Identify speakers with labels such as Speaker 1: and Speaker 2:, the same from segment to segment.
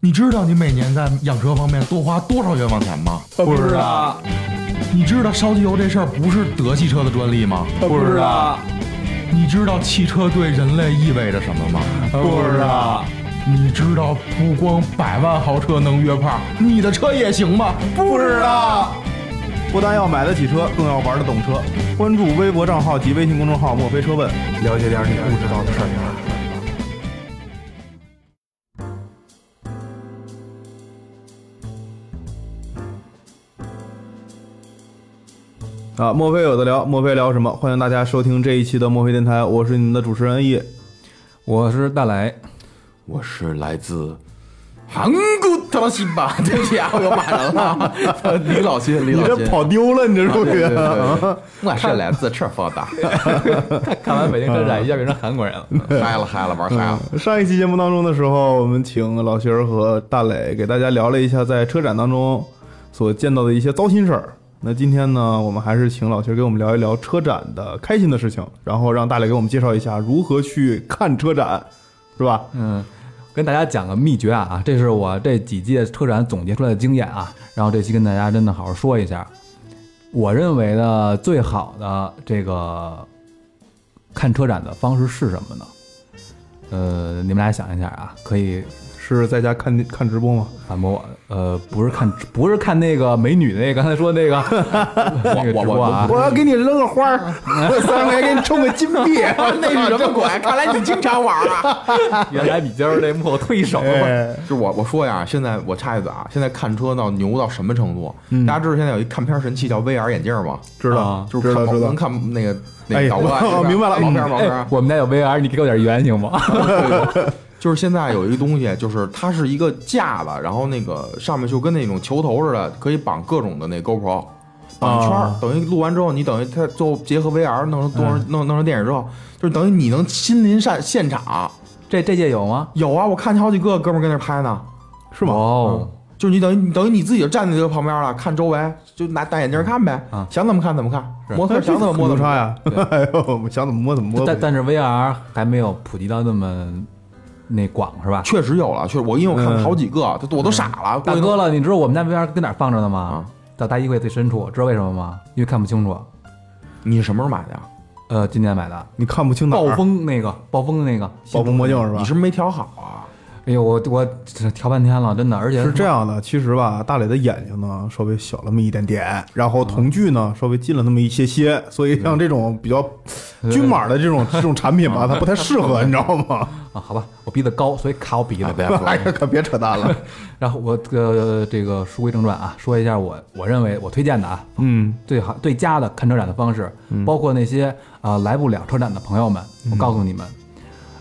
Speaker 1: 你知道你每年在养车方面多花多少冤枉钱吗？
Speaker 2: 不知道，
Speaker 1: 你知道烧机油这事儿不是德系车的专利吗？
Speaker 2: 不知道，
Speaker 1: 你知道汽车对人类意味着什么吗？
Speaker 3: 呃
Speaker 2: 不知道，
Speaker 1: 你知道不光百万豪车能约炮，你的车也行吗？
Speaker 2: 不知道。
Speaker 4: 不但要买得起车，更要玩得懂车。关注微博账号及微信公众号“墨菲车问”，了解点你不知道的事儿。啊，墨菲有的聊，墨菲聊什么？欢迎大家收听这一期的墨菲电台，我是你们的主持人叶。
Speaker 5: 我是大来，
Speaker 3: 我是来自韩国特拉西 吧，对不起啊，我又骂人 了。李老新，李
Speaker 4: 你
Speaker 3: 老
Speaker 4: 这
Speaker 3: 新，
Speaker 4: 跑丢了，你这属于。
Speaker 3: 我是来自赤峰的，
Speaker 5: 嗯 看完《北京车展》一下变成韩国人了。
Speaker 3: 嗨了嗨了，玩嗨了。
Speaker 4: 上一期节目当中的时候，我们请老徐儿和大磊给大家聊了一下在车展当中所见到的一些糟心事儿。那今天呢，我们还是请老徐儿给我们聊一聊车展的开心的事情，然后让大磊给我们介绍一下如何去看车展，是吧？
Speaker 5: 嗯，跟大家讲个秘诀啊，这是我这几届车展总结出来的经验啊。然后这期跟大家真的好好说一下，我认为呢最好的这个看车展的方式是什么呢？呃，你们俩想一下啊，可以
Speaker 4: 是在家看看直播吗？
Speaker 5: 反驳我。呃，不是看不是看那个美女的那个刚才说那个，我
Speaker 3: 我我
Speaker 5: 啊，
Speaker 4: 我要给你扔个花儿，我三块钱给你充个金币。
Speaker 3: 那是什 么鬼？看来你经常玩啊！
Speaker 5: 原来你今儿这幕后推手。
Speaker 4: 哎，
Speaker 3: 是我我说呀，现在我插一嘴啊，现在看车到牛到什么程度？大家知道现在有一看片神器叫 VR 眼镜吗？
Speaker 4: 知道
Speaker 5: 啊，
Speaker 3: 就是
Speaker 4: 知
Speaker 3: 看
Speaker 4: 道，知道
Speaker 3: 能。看那个那
Speaker 4: 哎
Speaker 3: 个导观，
Speaker 4: 我
Speaker 3: 是吧
Speaker 4: 明白了
Speaker 3: 毛片
Speaker 4: 嗯
Speaker 3: 毛片
Speaker 5: 哎。，我们家有 VR，你给我点圆行吗？
Speaker 3: 就是现在有一个东西，就是它是一个架子，然后那个上面就跟那种球头似的，可以绑各种的那 GoPro，绑一圈儿，
Speaker 4: 啊
Speaker 3: 等于录完之后，你等于它最后结合 VR 弄成弄
Speaker 4: 哎
Speaker 3: 成弄弄成电影之后，就是等于你能亲临现现场。
Speaker 5: 这这届有吗？
Speaker 3: 有啊，我看见好几个哥们儿跟那儿拍呢，
Speaker 4: 是吗？
Speaker 5: 哦，
Speaker 3: 就是你等于你等于你自己就站在这个旁边了，看周围，就拿戴眼镜看呗，
Speaker 5: 啊
Speaker 3: 想怎么看怎么看，摩托
Speaker 4: 哎
Speaker 3: 想怎么摸怎么
Speaker 4: 叉
Speaker 3: 看。
Speaker 4: 呀？ 哎呦，想怎么摸怎么摸呗。
Speaker 5: 但但是 VR 还没有普及到那么那广是吧？
Speaker 3: 确实有了，确实我因为我看
Speaker 4: 嗯
Speaker 3: 了好几个，都我都傻了。
Speaker 5: 大
Speaker 3: 估计
Speaker 5: 哥了，你知道我们家 VR 跟哪儿放着呢吗
Speaker 3: 啊？
Speaker 5: 到大衣柜最深处，知道为什么吗？因为看不清楚。
Speaker 3: 你什么时候买的呀？
Speaker 5: 呃，今年买的
Speaker 4: 你看不清哪
Speaker 5: 暴
Speaker 4: 儿，
Speaker 5: 风那个暴风的那个，
Speaker 4: 暴风墨镜是吧
Speaker 3: 你？是不是没调好啊？
Speaker 5: 哎呦，我我调半天了，真的，而且
Speaker 4: 是这样的，其实吧，大磊的眼睛呢稍微小了那么一点点，然后瞳距呢稍微近了那么一些些，所以像这种比较均码的这种 这种产品 吧，它不太适合，你知道吗？
Speaker 5: 啊，好吧，我鼻子高，所以卡我鼻子。
Speaker 4: 哎呀，可别扯淡了。
Speaker 5: 然后我呃，这个书归正传啊，说一下我我认为我推荐的啊，
Speaker 4: 嗯，
Speaker 5: 最好最佳的看车展的方式，包括那些啊、呃来不了车展的朋友们，我告诉你们，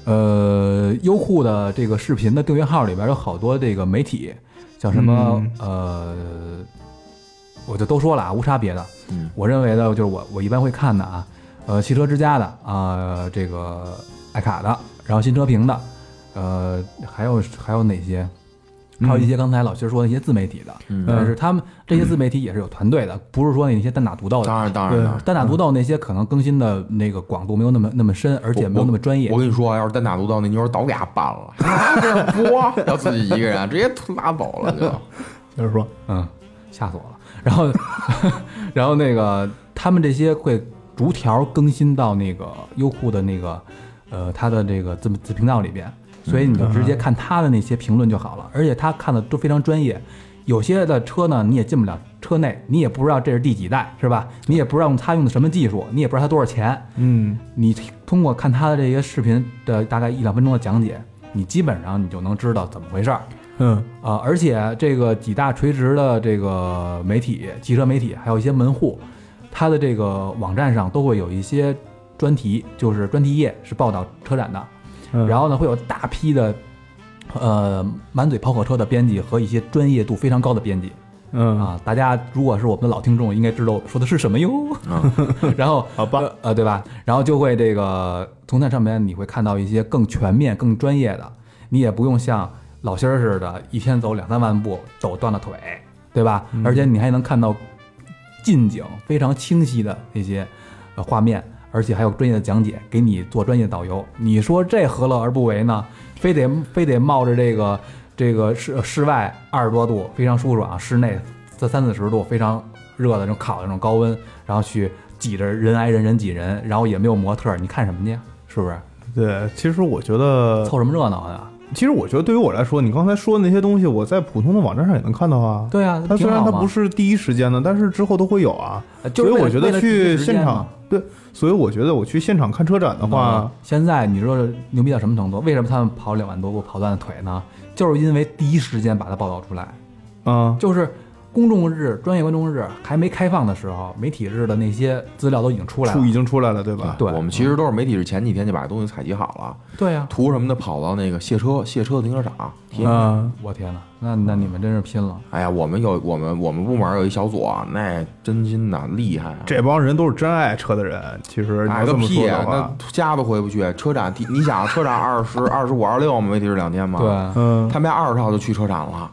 Speaker 5: 呃，优酷的这个视频的订阅号里边有好多这个媒体，像什么、呃，我就都说了啊，无差别的，
Speaker 3: 嗯
Speaker 5: 我认为的就是我我一般会看的啊，呃，汽车之家的啊、这个爱卡的，然后新车评的，呃，还有还有哪些？还有一些刚才老师说的一些自媒体的，
Speaker 3: 嗯
Speaker 4: 嗯
Speaker 5: 但是他们这些自媒体也是有团队的，不是说那些单打独斗的。
Speaker 3: 当然当然了。
Speaker 5: 单打独斗那些可能更新的那个广度没有那么那么深，而且没有那么专业
Speaker 3: 我。跟你说，啊要是单打独斗，那妞儿早给他办 了，啊这儿播，要自己一个人直接拉走了就。
Speaker 4: 接着说，
Speaker 5: 嗯，吓死我了。然后， 然后那个他们这些会逐条更新到那个优酷的那个呃他的这个子子频道里边，所以你就直接看他的那些评论就好了。而且他看的都非常专业，有些的车呢你也进不了车内，你也不知道这是第几代，是吧？你也不知道他用的什么技术，你也不知道他多少钱。
Speaker 4: 嗯，
Speaker 5: 你通过看他的这些视频的大概一两分钟的讲解，你基本上你就能知道怎么回事儿。
Speaker 4: 嗯，
Speaker 5: 啊，而且这个几大垂直的这个媒体、汽车媒体，还有一些门户，它的这个网站上都会有一些专题，就是专题页是报道车展的。
Speaker 4: 嗯
Speaker 5: 然后呢，会有大批的，呃，满嘴跑火车的编辑和一些专业度非常高的编辑
Speaker 4: 嗯，
Speaker 5: 啊。大家如果是我们的老听众，应该知道我说的是什么哟。 然后
Speaker 4: 嗯好吧
Speaker 5: 呃，呃，对吧？然后就会这个从那上面你会看到一些更全面、更专业的，你也不用像老仙儿似的，一天走两三万步，走断了腿，对吧？而且你还能看到近景非常清晰的那些呃画面，而且还有专业的讲解，给你做专业的导游。你说这何乐而不为呢？非得非得冒着这个这个室室外二十多度非常舒爽，室内在三四十度非常热的那种烤的那种高温，然后去挤着人挨人人挤人，然后也没有模特儿，你看什么去？是不是
Speaker 4: 对，其实我觉得，
Speaker 5: 凑什么热闹啊呀、
Speaker 4: 其实我觉得对于我来说，你刚才说的那些东西，我在普通的网站上也能看到啊。
Speaker 5: 对啊，
Speaker 4: 它虽然它
Speaker 5: 挺好嘛
Speaker 4: 不是第一时间的，但是之后都会有啊。
Speaker 5: 呃就是
Speaker 4: 所以
Speaker 5: 为了
Speaker 4: 我觉
Speaker 5: 为了
Speaker 4: 得
Speaker 5: 第一
Speaker 4: 去
Speaker 5: 时间
Speaker 4: 现场
Speaker 5: 嘛，嗯
Speaker 4: 对，所以我觉得我去现场看车展的话，
Speaker 5: 现在你说牛逼到什么程度？为什么他们跑两万多步跑断腿呢？就是因为第一时间把它报道出来，嗯
Speaker 4: 啊，
Speaker 5: 就是公众日、专业观众日还没开放的时候，媒体日的那些资料都已经出来
Speaker 4: 出已
Speaker 5: 了。
Speaker 4: 经出来了，对吧？
Speaker 5: 对
Speaker 3: 我们其实都是媒体是前几天就把东西采集好了，
Speaker 5: 对啊呀、
Speaker 3: 图什么的跑到那个卸车卸车的停车场。体验
Speaker 4: 啊，
Speaker 5: 我天哪，那那你们真是拼了！
Speaker 3: 哎呀，我们有我们我们部门有一小组啊，那真心的厉害啊！
Speaker 4: 这帮人都是真爱车的人，其实你
Speaker 3: 买
Speaker 4: 要
Speaker 3: 个
Speaker 4: 这么
Speaker 3: 屁
Speaker 4: 说
Speaker 3: 呀
Speaker 4: 的！话，
Speaker 3: 那家都回不去。车展，你你想啊车展二十二十五、二十六，我们媒体是两天嘛？
Speaker 5: 对，，啊
Speaker 4: 嗯，
Speaker 3: 他们家二十号就去车展了，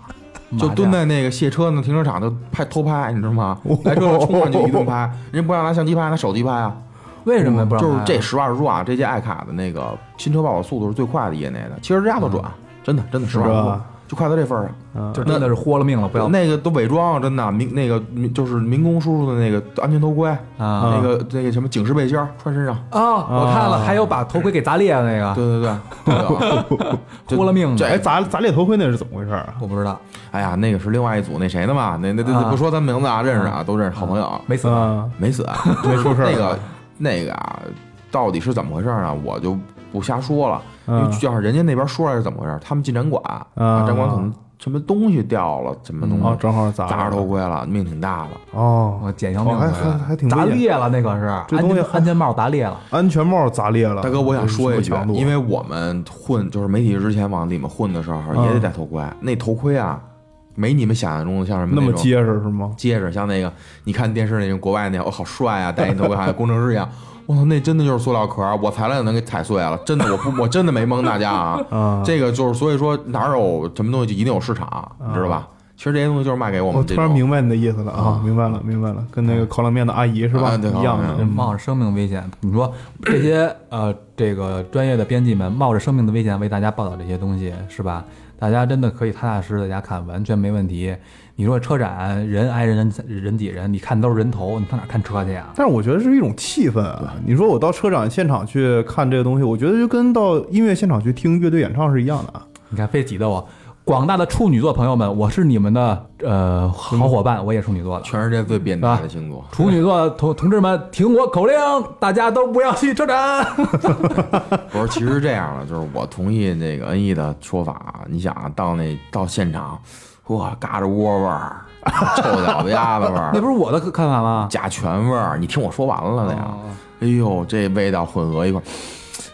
Speaker 3: 就
Speaker 5: 麻
Speaker 3: 蹲
Speaker 5: 将
Speaker 3: 在那个卸车那停车场就拍偷拍，你知道吗？来车了冲上去一顿拍，人家不让拿相机拍，拿手机拍啊。
Speaker 5: 为什么不让
Speaker 3: 就是
Speaker 5: 拍啊
Speaker 3: 这实话实说啊，这届爱卡的那个新车报道速度是最快的业内的，七十
Speaker 5: 嗯
Speaker 3: 加都转，啊真的真的实话实
Speaker 4: 是
Speaker 3: 说
Speaker 4: 吧，
Speaker 3: 就快到这份儿上。
Speaker 4: 嗯
Speaker 5: 就真的是豁了命了，不要
Speaker 3: 那个都伪装，啊真的民那个民就是民工叔叔的那个安全头盔，
Speaker 5: 啊
Speaker 3: 那个那个什么警示背心儿穿身上。
Speaker 5: 啊！我看了，还有把头盔给砸裂的那个，
Speaker 3: 对对对，对 啊就
Speaker 5: 啊豁了命
Speaker 3: 这
Speaker 5: 的，
Speaker 4: 哎，砸砸裂头盔那是怎么回事儿啊？
Speaker 5: 我不知道，
Speaker 3: 哎呀，那个是另外一组那谁的嘛？那那那
Speaker 5: 啊嗯
Speaker 3: 那不说咱名字啊，认识啊，都认识，好朋友，
Speaker 5: 没死吧。
Speaker 4: 啊，
Speaker 3: 没死，
Speaker 4: 没出事儿
Speaker 3: 那个那个啊，到底是怎么回事呢？我就不瞎说了，因
Speaker 4: 嗯
Speaker 3: 为就要是人家那边说来是怎么回事，他们进展馆，
Speaker 4: 啊
Speaker 3: 啊展馆可能什么东西掉了，什么东
Speaker 4: 哦，
Speaker 3: 西
Speaker 4: 正好砸
Speaker 3: 砸着
Speaker 4: 着
Speaker 3: 头盔了，命挺大的。
Speaker 4: 哦，
Speaker 5: 我捡一条命
Speaker 4: 哦
Speaker 5: 回
Speaker 4: 还
Speaker 5: 来，
Speaker 4: 还还挺危
Speaker 5: 砸
Speaker 4: 险
Speaker 5: 裂了，那可是
Speaker 4: 这
Speaker 5: 安
Speaker 4: 东西
Speaker 5: 全
Speaker 4: 还
Speaker 5: 安全帽砸裂了。
Speaker 4: 安全帽砸裂了。
Speaker 3: 大哥，我想说一句
Speaker 4: 这是什么强，度啊
Speaker 3: 因为我们混就是媒体之前往里面混的时候
Speaker 4: 嗯
Speaker 3: 也得戴头盔，那头盔啊，没你们想象中的像什么
Speaker 4: 那么
Speaker 3: 种
Speaker 4: 结实是吗？
Speaker 3: 结实，像那个你看电视那种国外那，我、好帅啊，戴一头盔好像工程师一样。 我操，那真的就是塑料壳，我材料也能给踩碎了，真的，我不，我真的没蒙大家啊。
Speaker 4: 啊，
Speaker 3: 这个就是，所以说哪有什么东西就一定有市场，你知道吧？其实这些东西就是卖给我
Speaker 4: 我
Speaker 3: 们这
Speaker 4: 突
Speaker 3: 种。嗯
Speaker 4: 然明白你的意思了啊，明白了，明白了，跟那个烤冷面的阿姨是吧？
Speaker 3: 啊对
Speaker 4: 一样
Speaker 3: 烤冷
Speaker 4: 的
Speaker 3: 面。
Speaker 5: 冒着生命危险，你说这些呃，这个专业的编辑们冒着生命的危险为大家报道这些东西，是吧？大家真的可以踏踏实实在家看，完全没问题。你说车展人挨人人人挤人，你看都是人头，你上哪看车去啊呀？
Speaker 4: 但是我觉得是一种气氛啊！你说我到车展现场去看这个东西，我觉得就跟到音乐现场去听乐队演唱是一样的啊。
Speaker 5: 你看，非挤得我。广大的处女座朋友们，我是你们的呃好伙伴，我也处女座的。
Speaker 3: 全世界最变
Speaker 4: 啊
Speaker 3: 态的星座，
Speaker 5: 处女座的同同志们，听我口令，大家都不要去车展。
Speaker 3: 不是，其实这样的，就是我同意那个恩义的说法啊。你想啊，到那到现场，哇，嘎着窝味儿，臭脚子丫子味
Speaker 5: 那
Speaker 3: 儿，
Speaker 5: 不是我的看法吗？
Speaker 3: 甲醛味儿，你听我说完了那呀。
Speaker 5: 哦
Speaker 3: 哎呦，这味道混合一块儿，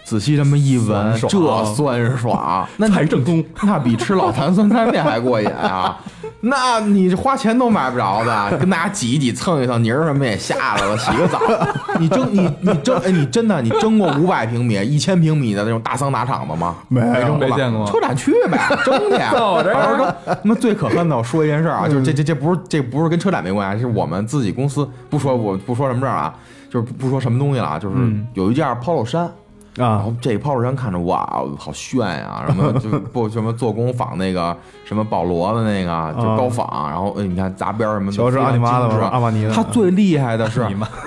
Speaker 3: 仔细这么一闻，
Speaker 5: 酸
Speaker 3: 这
Speaker 5: 爽
Speaker 3: 酸爽，那
Speaker 5: 才正宗。
Speaker 3: 那比吃老坛酸菜面还过瘾 啊！那你花钱都买不着的，跟大家挤一挤，蹭一蹭泥儿什么也下来了，洗个澡。 你蒸你你蒸哎，你真的你蒸过五百平米、一千平米的那种大桑拿场子吗？
Speaker 4: 没有
Speaker 3: 蒸
Speaker 5: 没
Speaker 3: 吧
Speaker 5: 见过
Speaker 3: 车展去 呗，蒸去。啊
Speaker 5: 走着
Speaker 3: 好好蒸。那么最可恨的，我
Speaker 4: 嗯
Speaker 3: 说一件事儿啊，就是这这这不是这不是跟车展没关系，是我们自己公司不说我不说什么事儿啊，就是不说什么东西了啊，就是
Speaker 4: 嗯
Speaker 3: 有一件 polo 衫。然
Speaker 4: 啊
Speaker 3: 后这 polo 衫看着哇，好炫呀、什么 就不什么做工仿那个什么保罗的那个就高仿，然后哎你看砸边儿什么的，
Speaker 4: 嗯乔治阿里妈的
Speaker 3: 非常精
Speaker 4: 吧
Speaker 3: 致
Speaker 4: 阿玛尼的
Speaker 3: 它最厉害的是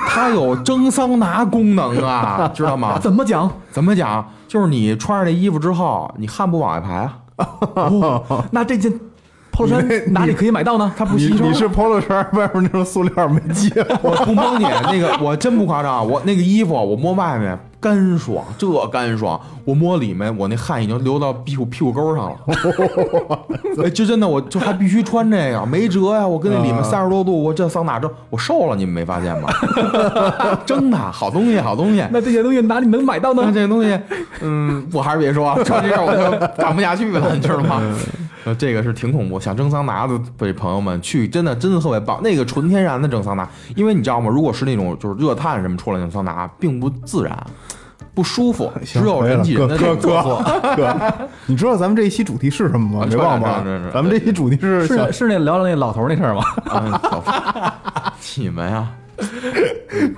Speaker 3: 它有蒸桑拿功能 啊，知道吗？
Speaker 5: 怎么讲？
Speaker 3: 怎么讲？就是你穿上这衣服之后，你汗不往外排啊，
Speaker 5: 那这件 polo 衫哪里可以买到呢？它
Speaker 4: 你你是 polo 衫外面那种塑料没系，
Speaker 3: 我不蒙你，那个我真不夸张啊，我那个衣服啊我摸外面干爽，这干爽，我摸里面我那汗已经流到屁股屁股沟上了。哎，这真的，我就还必须穿这个，没辙呀！我跟那里面三十多度，我这桑拿蒸，我瘦了，你们没发现吗？ 蒸的好东西，好东西。
Speaker 5: 那这些东西哪里能买到
Speaker 3: 那
Speaker 5: 呢？
Speaker 3: 这东 西，嗯，我还是别说，说这事儿我就干不下去 了，你知道吗？
Speaker 4: 嗯
Speaker 3: 呃，这个是挺恐怖，想蒸桑拿的这朋友们去，真的真的特别棒，那个纯天然的蒸桑拿，因为你知道吗？如果是那种就是热碳什么出来的桑拿，并不自然，不舒服，
Speaker 4: 哎
Speaker 3: 只有人挤人的
Speaker 4: 哥
Speaker 3: 那
Speaker 4: 哥
Speaker 3: 种。
Speaker 4: 哥哥， 你知道咱们这一期主题是什么
Speaker 3: 啊
Speaker 4: 吗？没忘吧
Speaker 3: 是是是是？
Speaker 4: 咱们这一期主题是想
Speaker 5: 是是那聊聊那老头那事儿吗？
Speaker 3: 嗯好 你们呀，嗯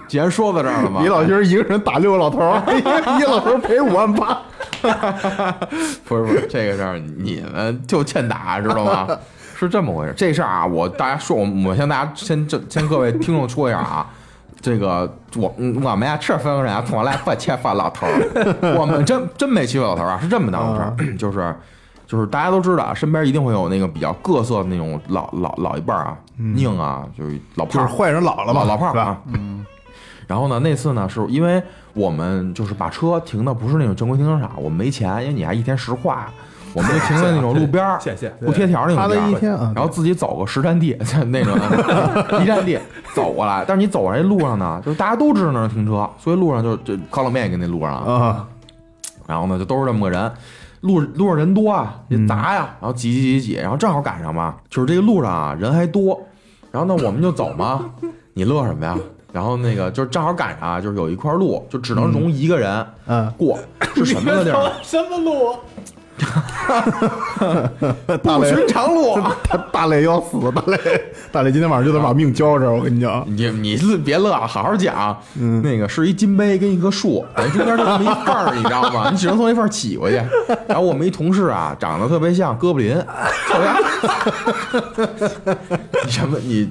Speaker 3: 既然说到这儿了嘛，
Speaker 4: 李老师一个人打六个老头儿，一个老头儿赔五万八，
Speaker 3: 不是不是，这个事儿你们就欠打，知道吗？ 是这么回事。这事儿啊，我大家说，我我向大家先这先各位听众说一下啊，这个我嗯我们呀这方人啊，从来不欺负老头儿，我们真真没欺负老头儿啊，是这么当回事儿， 就是。就是大家都知道啊，身边一定会有那个比较各色的那种老老老一辈儿啊，宁啊，就是老
Speaker 4: 就
Speaker 3: 炮
Speaker 4: 是
Speaker 3: 儿，
Speaker 4: 坏人老了嘛，
Speaker 3: 老老炮
Speaker 4: 是
Speaker 3: 儿
Speaker 4: 吧？
Speaker 3: 啊。嗯。然后呢，那次呢，是因为我们就是把车停的不是那种正规停车场，我们没钱，因为你还一天十块，我们就停在那种路边儿，
Speaker 1: 谢谢
Speaker 3: 不贴条那种
Speaker 4: 他
Speaker 3: 地
Speaker 4: 的
Speaker 3: 儿
Speaker 4: 一天啊
Speaker 3: 然后自己走个十站地，那种 一站地走过来。但是你走过来路上呢，就是大家都知道那儿停车，所以路上就就烤冷面也跟那路上啊，
Speaker 4: 啊，
Speaker 3: 然后呢就都是这么个人。路路上人多啊，也砸呀，然后挤挤挤挤，然后正好赶上嘛，就是这个路上啊人还多，然后呢我们就走 嘛，你乐什么呀？然后那个就是正好赶上啊，就是有一块路，就只能容一个人
Speaker 4: 嗯，
Speaker 3: 过，是什么个地儿？
Speaker 2: 什么路？
Speaker 4: 大
Speaker 3: 不
Speaker 4: 雷
Speaker 3: 寻常路。啊
Speaker 4: 大大雷要死，大雷大雷今天晚上就得把命交这儿，我跟你讲，
Speaker 3: 你你是别乐啊，好好讲。那个是一金杯跟一棵树，等于中间就这么一缝儿，你知道吗？你只能从那缝儿起回去。然后我们一同事啊，长得特别像哥布林，特别。 你什么你？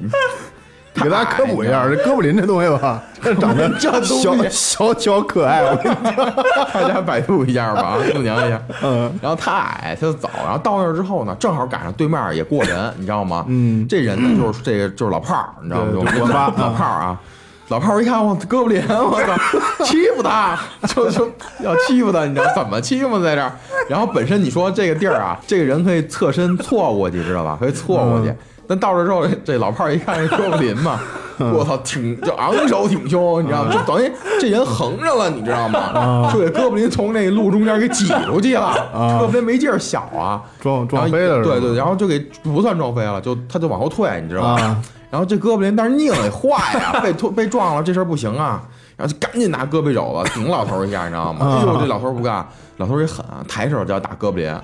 Speaker 3: 太
Speaker 4: 给大家科普一下，这哥布林这东西 吧，这长得
Speaker 3: 这东西
Speaker 4: 小小巧可爱，我跟你
Speaker 3: 大家百度一下吧，度娘一下。 嗯，然后他矮，他就走，然后到那儿之后呢，正好赶上对面也过人，你知道吗？嗯，这人呢就是这个就是老炮儿，你知道吗？
Speaker 4: 对
Speaker 3: 我们
Speaker 4: 就嗯国
Speaker 3: 老
Speaker 4: 发
Speaker 3: 老炮儿啊。老炮儿一看我哥布林，我操，欺负他，就就要欺负他，你知道怎么欺负在这儿？然后本身你说这个地儿啊，这个人可以侧身错过去，知道吧？可以错过
Speaker 4: 嗯
Speaker 3: 去。但到这之后，这老炮儿一看是哥布林嘛，
Speaker 4: 嗯
Speaker 3: 我操，挺就昂首挺胸，你知道吗？就等于这人横着了，你知道
Speaker 4: 嗯
Speaker 3: 吗？就给哥布林从那路中间给挤出去了。哥布林没劲儿小啊，
Speaker 4: 撞
Speaker 3: 然后
Speaker 4: 撞飞了是吧
Speaker 3: 对对，然后就给不算撞飞了，就他就往后退，你知道吧？
Speaker 4: 啊
Speaker 3: 然后这哥布林但是拧也坏呀，被突被撞了，这事儿不行啊。然后就赶紧拿胳膊肘子顶老头一下，你知道吗？哎呦，这老头不干，老头也狠啊，抬手就要打哥布林。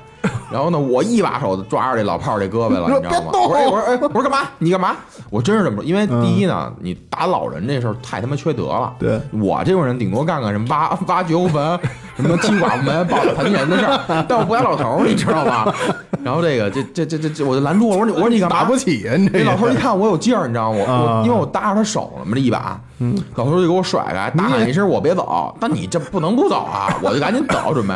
Speaker 3: 然后呢，我一把手抓着这老炮儿这胳膊了，你知道吗？我说哎，我说哎，我说干嘛？你干嘛？我真是这么说，因为第一呢，你打老人这事儿太他妈缺德了。
Speaker 4: 对
Speaker 3: 我这种人顶多干个什么 挖挖掘无坟、什么踢寡妇门、抱打残疾人的事儿，但我不打老头儿，你知道吧？然后这个这这这这这，我就拦住了，我说你我说你干嘛？
Speaker 4: 打不起啊，你这
Speaker 3: 那
Speaker 4: 也
Speaker 3: 老头儿一看我有劲儿，你知道吗？我我
Speaker 4: 啊嗯
Speaker 3: 因为我搭着他手了嘛，这一把，老头儿就给我甩开，大喊一声我别 走，但你这不能不走啊，我就赶紧走，准备。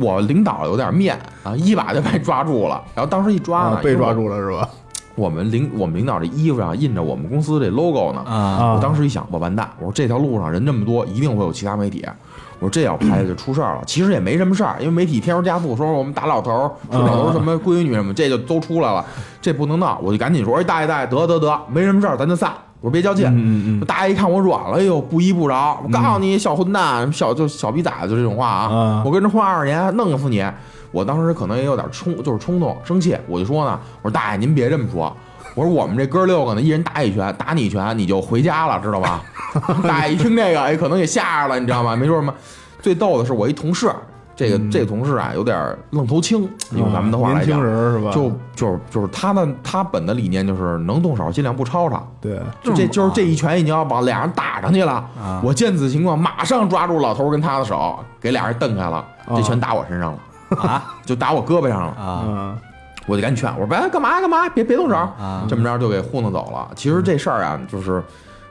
Speaker 3: 我领导有点面啊，一把就被抓住了，然后当时一抓呢
Speaker 4: 啊，被抓
Speaker 3: 因为
Speaker 4: 住了是吧？
Speaker 3: 我。我们领我们领导这衣服上印着我们公司这 logo 呢，
Speaker 5: 啊，
Speaker 4: 啊
Speaker 3: 我当时一想，我完蛋，我说这条路上人这么多，一定会有其他媒体。我说这要拍就出事儿了，其实也没什么事儿，因为媒体添油加醋，说我们打老头儿，说老头儿什么闺女什么，这就都出来了，这不能闹，我就赶紧说，哎大爷大爷，得得得，没什么事儿，咱就散。我说别较劲，嗯嗯大爷一看我软了，哎呦不依不饶，我告诉你小混蛋，小就小逼崽子，就这种话啊
Speaker 4: 啊，
Speaker 3: 我跟这混二十年，弄死你！我当时可能也有点冲，就是冲动生气，我就说呢，我说大爷您别这么说，我说我们这哥六个呢，一人打一拳，打你一拳你就回家了，知道吧？ 大爷一听这个，哎，可能也吓着了，你知道吗？没说什么。最逗的是我一同事，这个、这个同事啊，有点愣头青，用咱们的话来
Speaker 4: 嗯啊年
Speaker 3: 讲
Speaker 4: 轻，人儿是吧？
Speaker 3: 就就是就是他的他本的理念就是能动手尽量不抄他。
Speaker 4: 对，
Speaker 3: 就这就是
Speaker 4: 啊
Speaker 3: 这一拳已经要往俩人打上去了。我见此情况，马上抓住老头儿跟他的手，给俩人蹬开了，这拳打我身上了。啊，就打我胳膊上了，
Speaker 5: 啊
Speaker 4: 嗯，
Speaker 3: 我就赶紧劝我说：“别干嘛干嘛，别别动手。”
Speaker 5: 啊
Speaker 3: 这么着就给糊弄走了。其实这事儿啊，就是，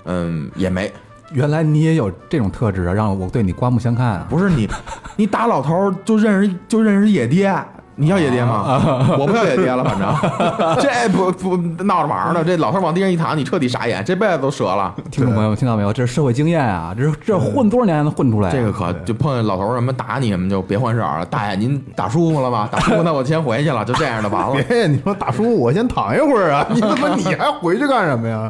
Speaker 3: 嗯，也没
Speaker 5: 原来你也有这种特质啊，让我对你刮目相看啊！
Speaker 3: 不是 你，你打老头儿就认识就认识野爹，你要野爹
Speaker 5: 啊
Speaker 3: 吗？我不要野爹了，反 正这不不闹着玩儿呢。这老头儿往地上一躺，你彻底傻眼，这辈子都折了。
Speaker 5: 听众朋友们，听到没有？这是社会经验啊！这是这混多少年才能混出来啊、
Speaker 3: 这个可就碰见老头儿什么打你们就别换事儿了，大爷您打舒服了吧？打舒服那我先回去了，就这样的完了。
Speaker 4: 别，你说大叔，我先躺一会儿啊，你他妈你还回去干什么呀？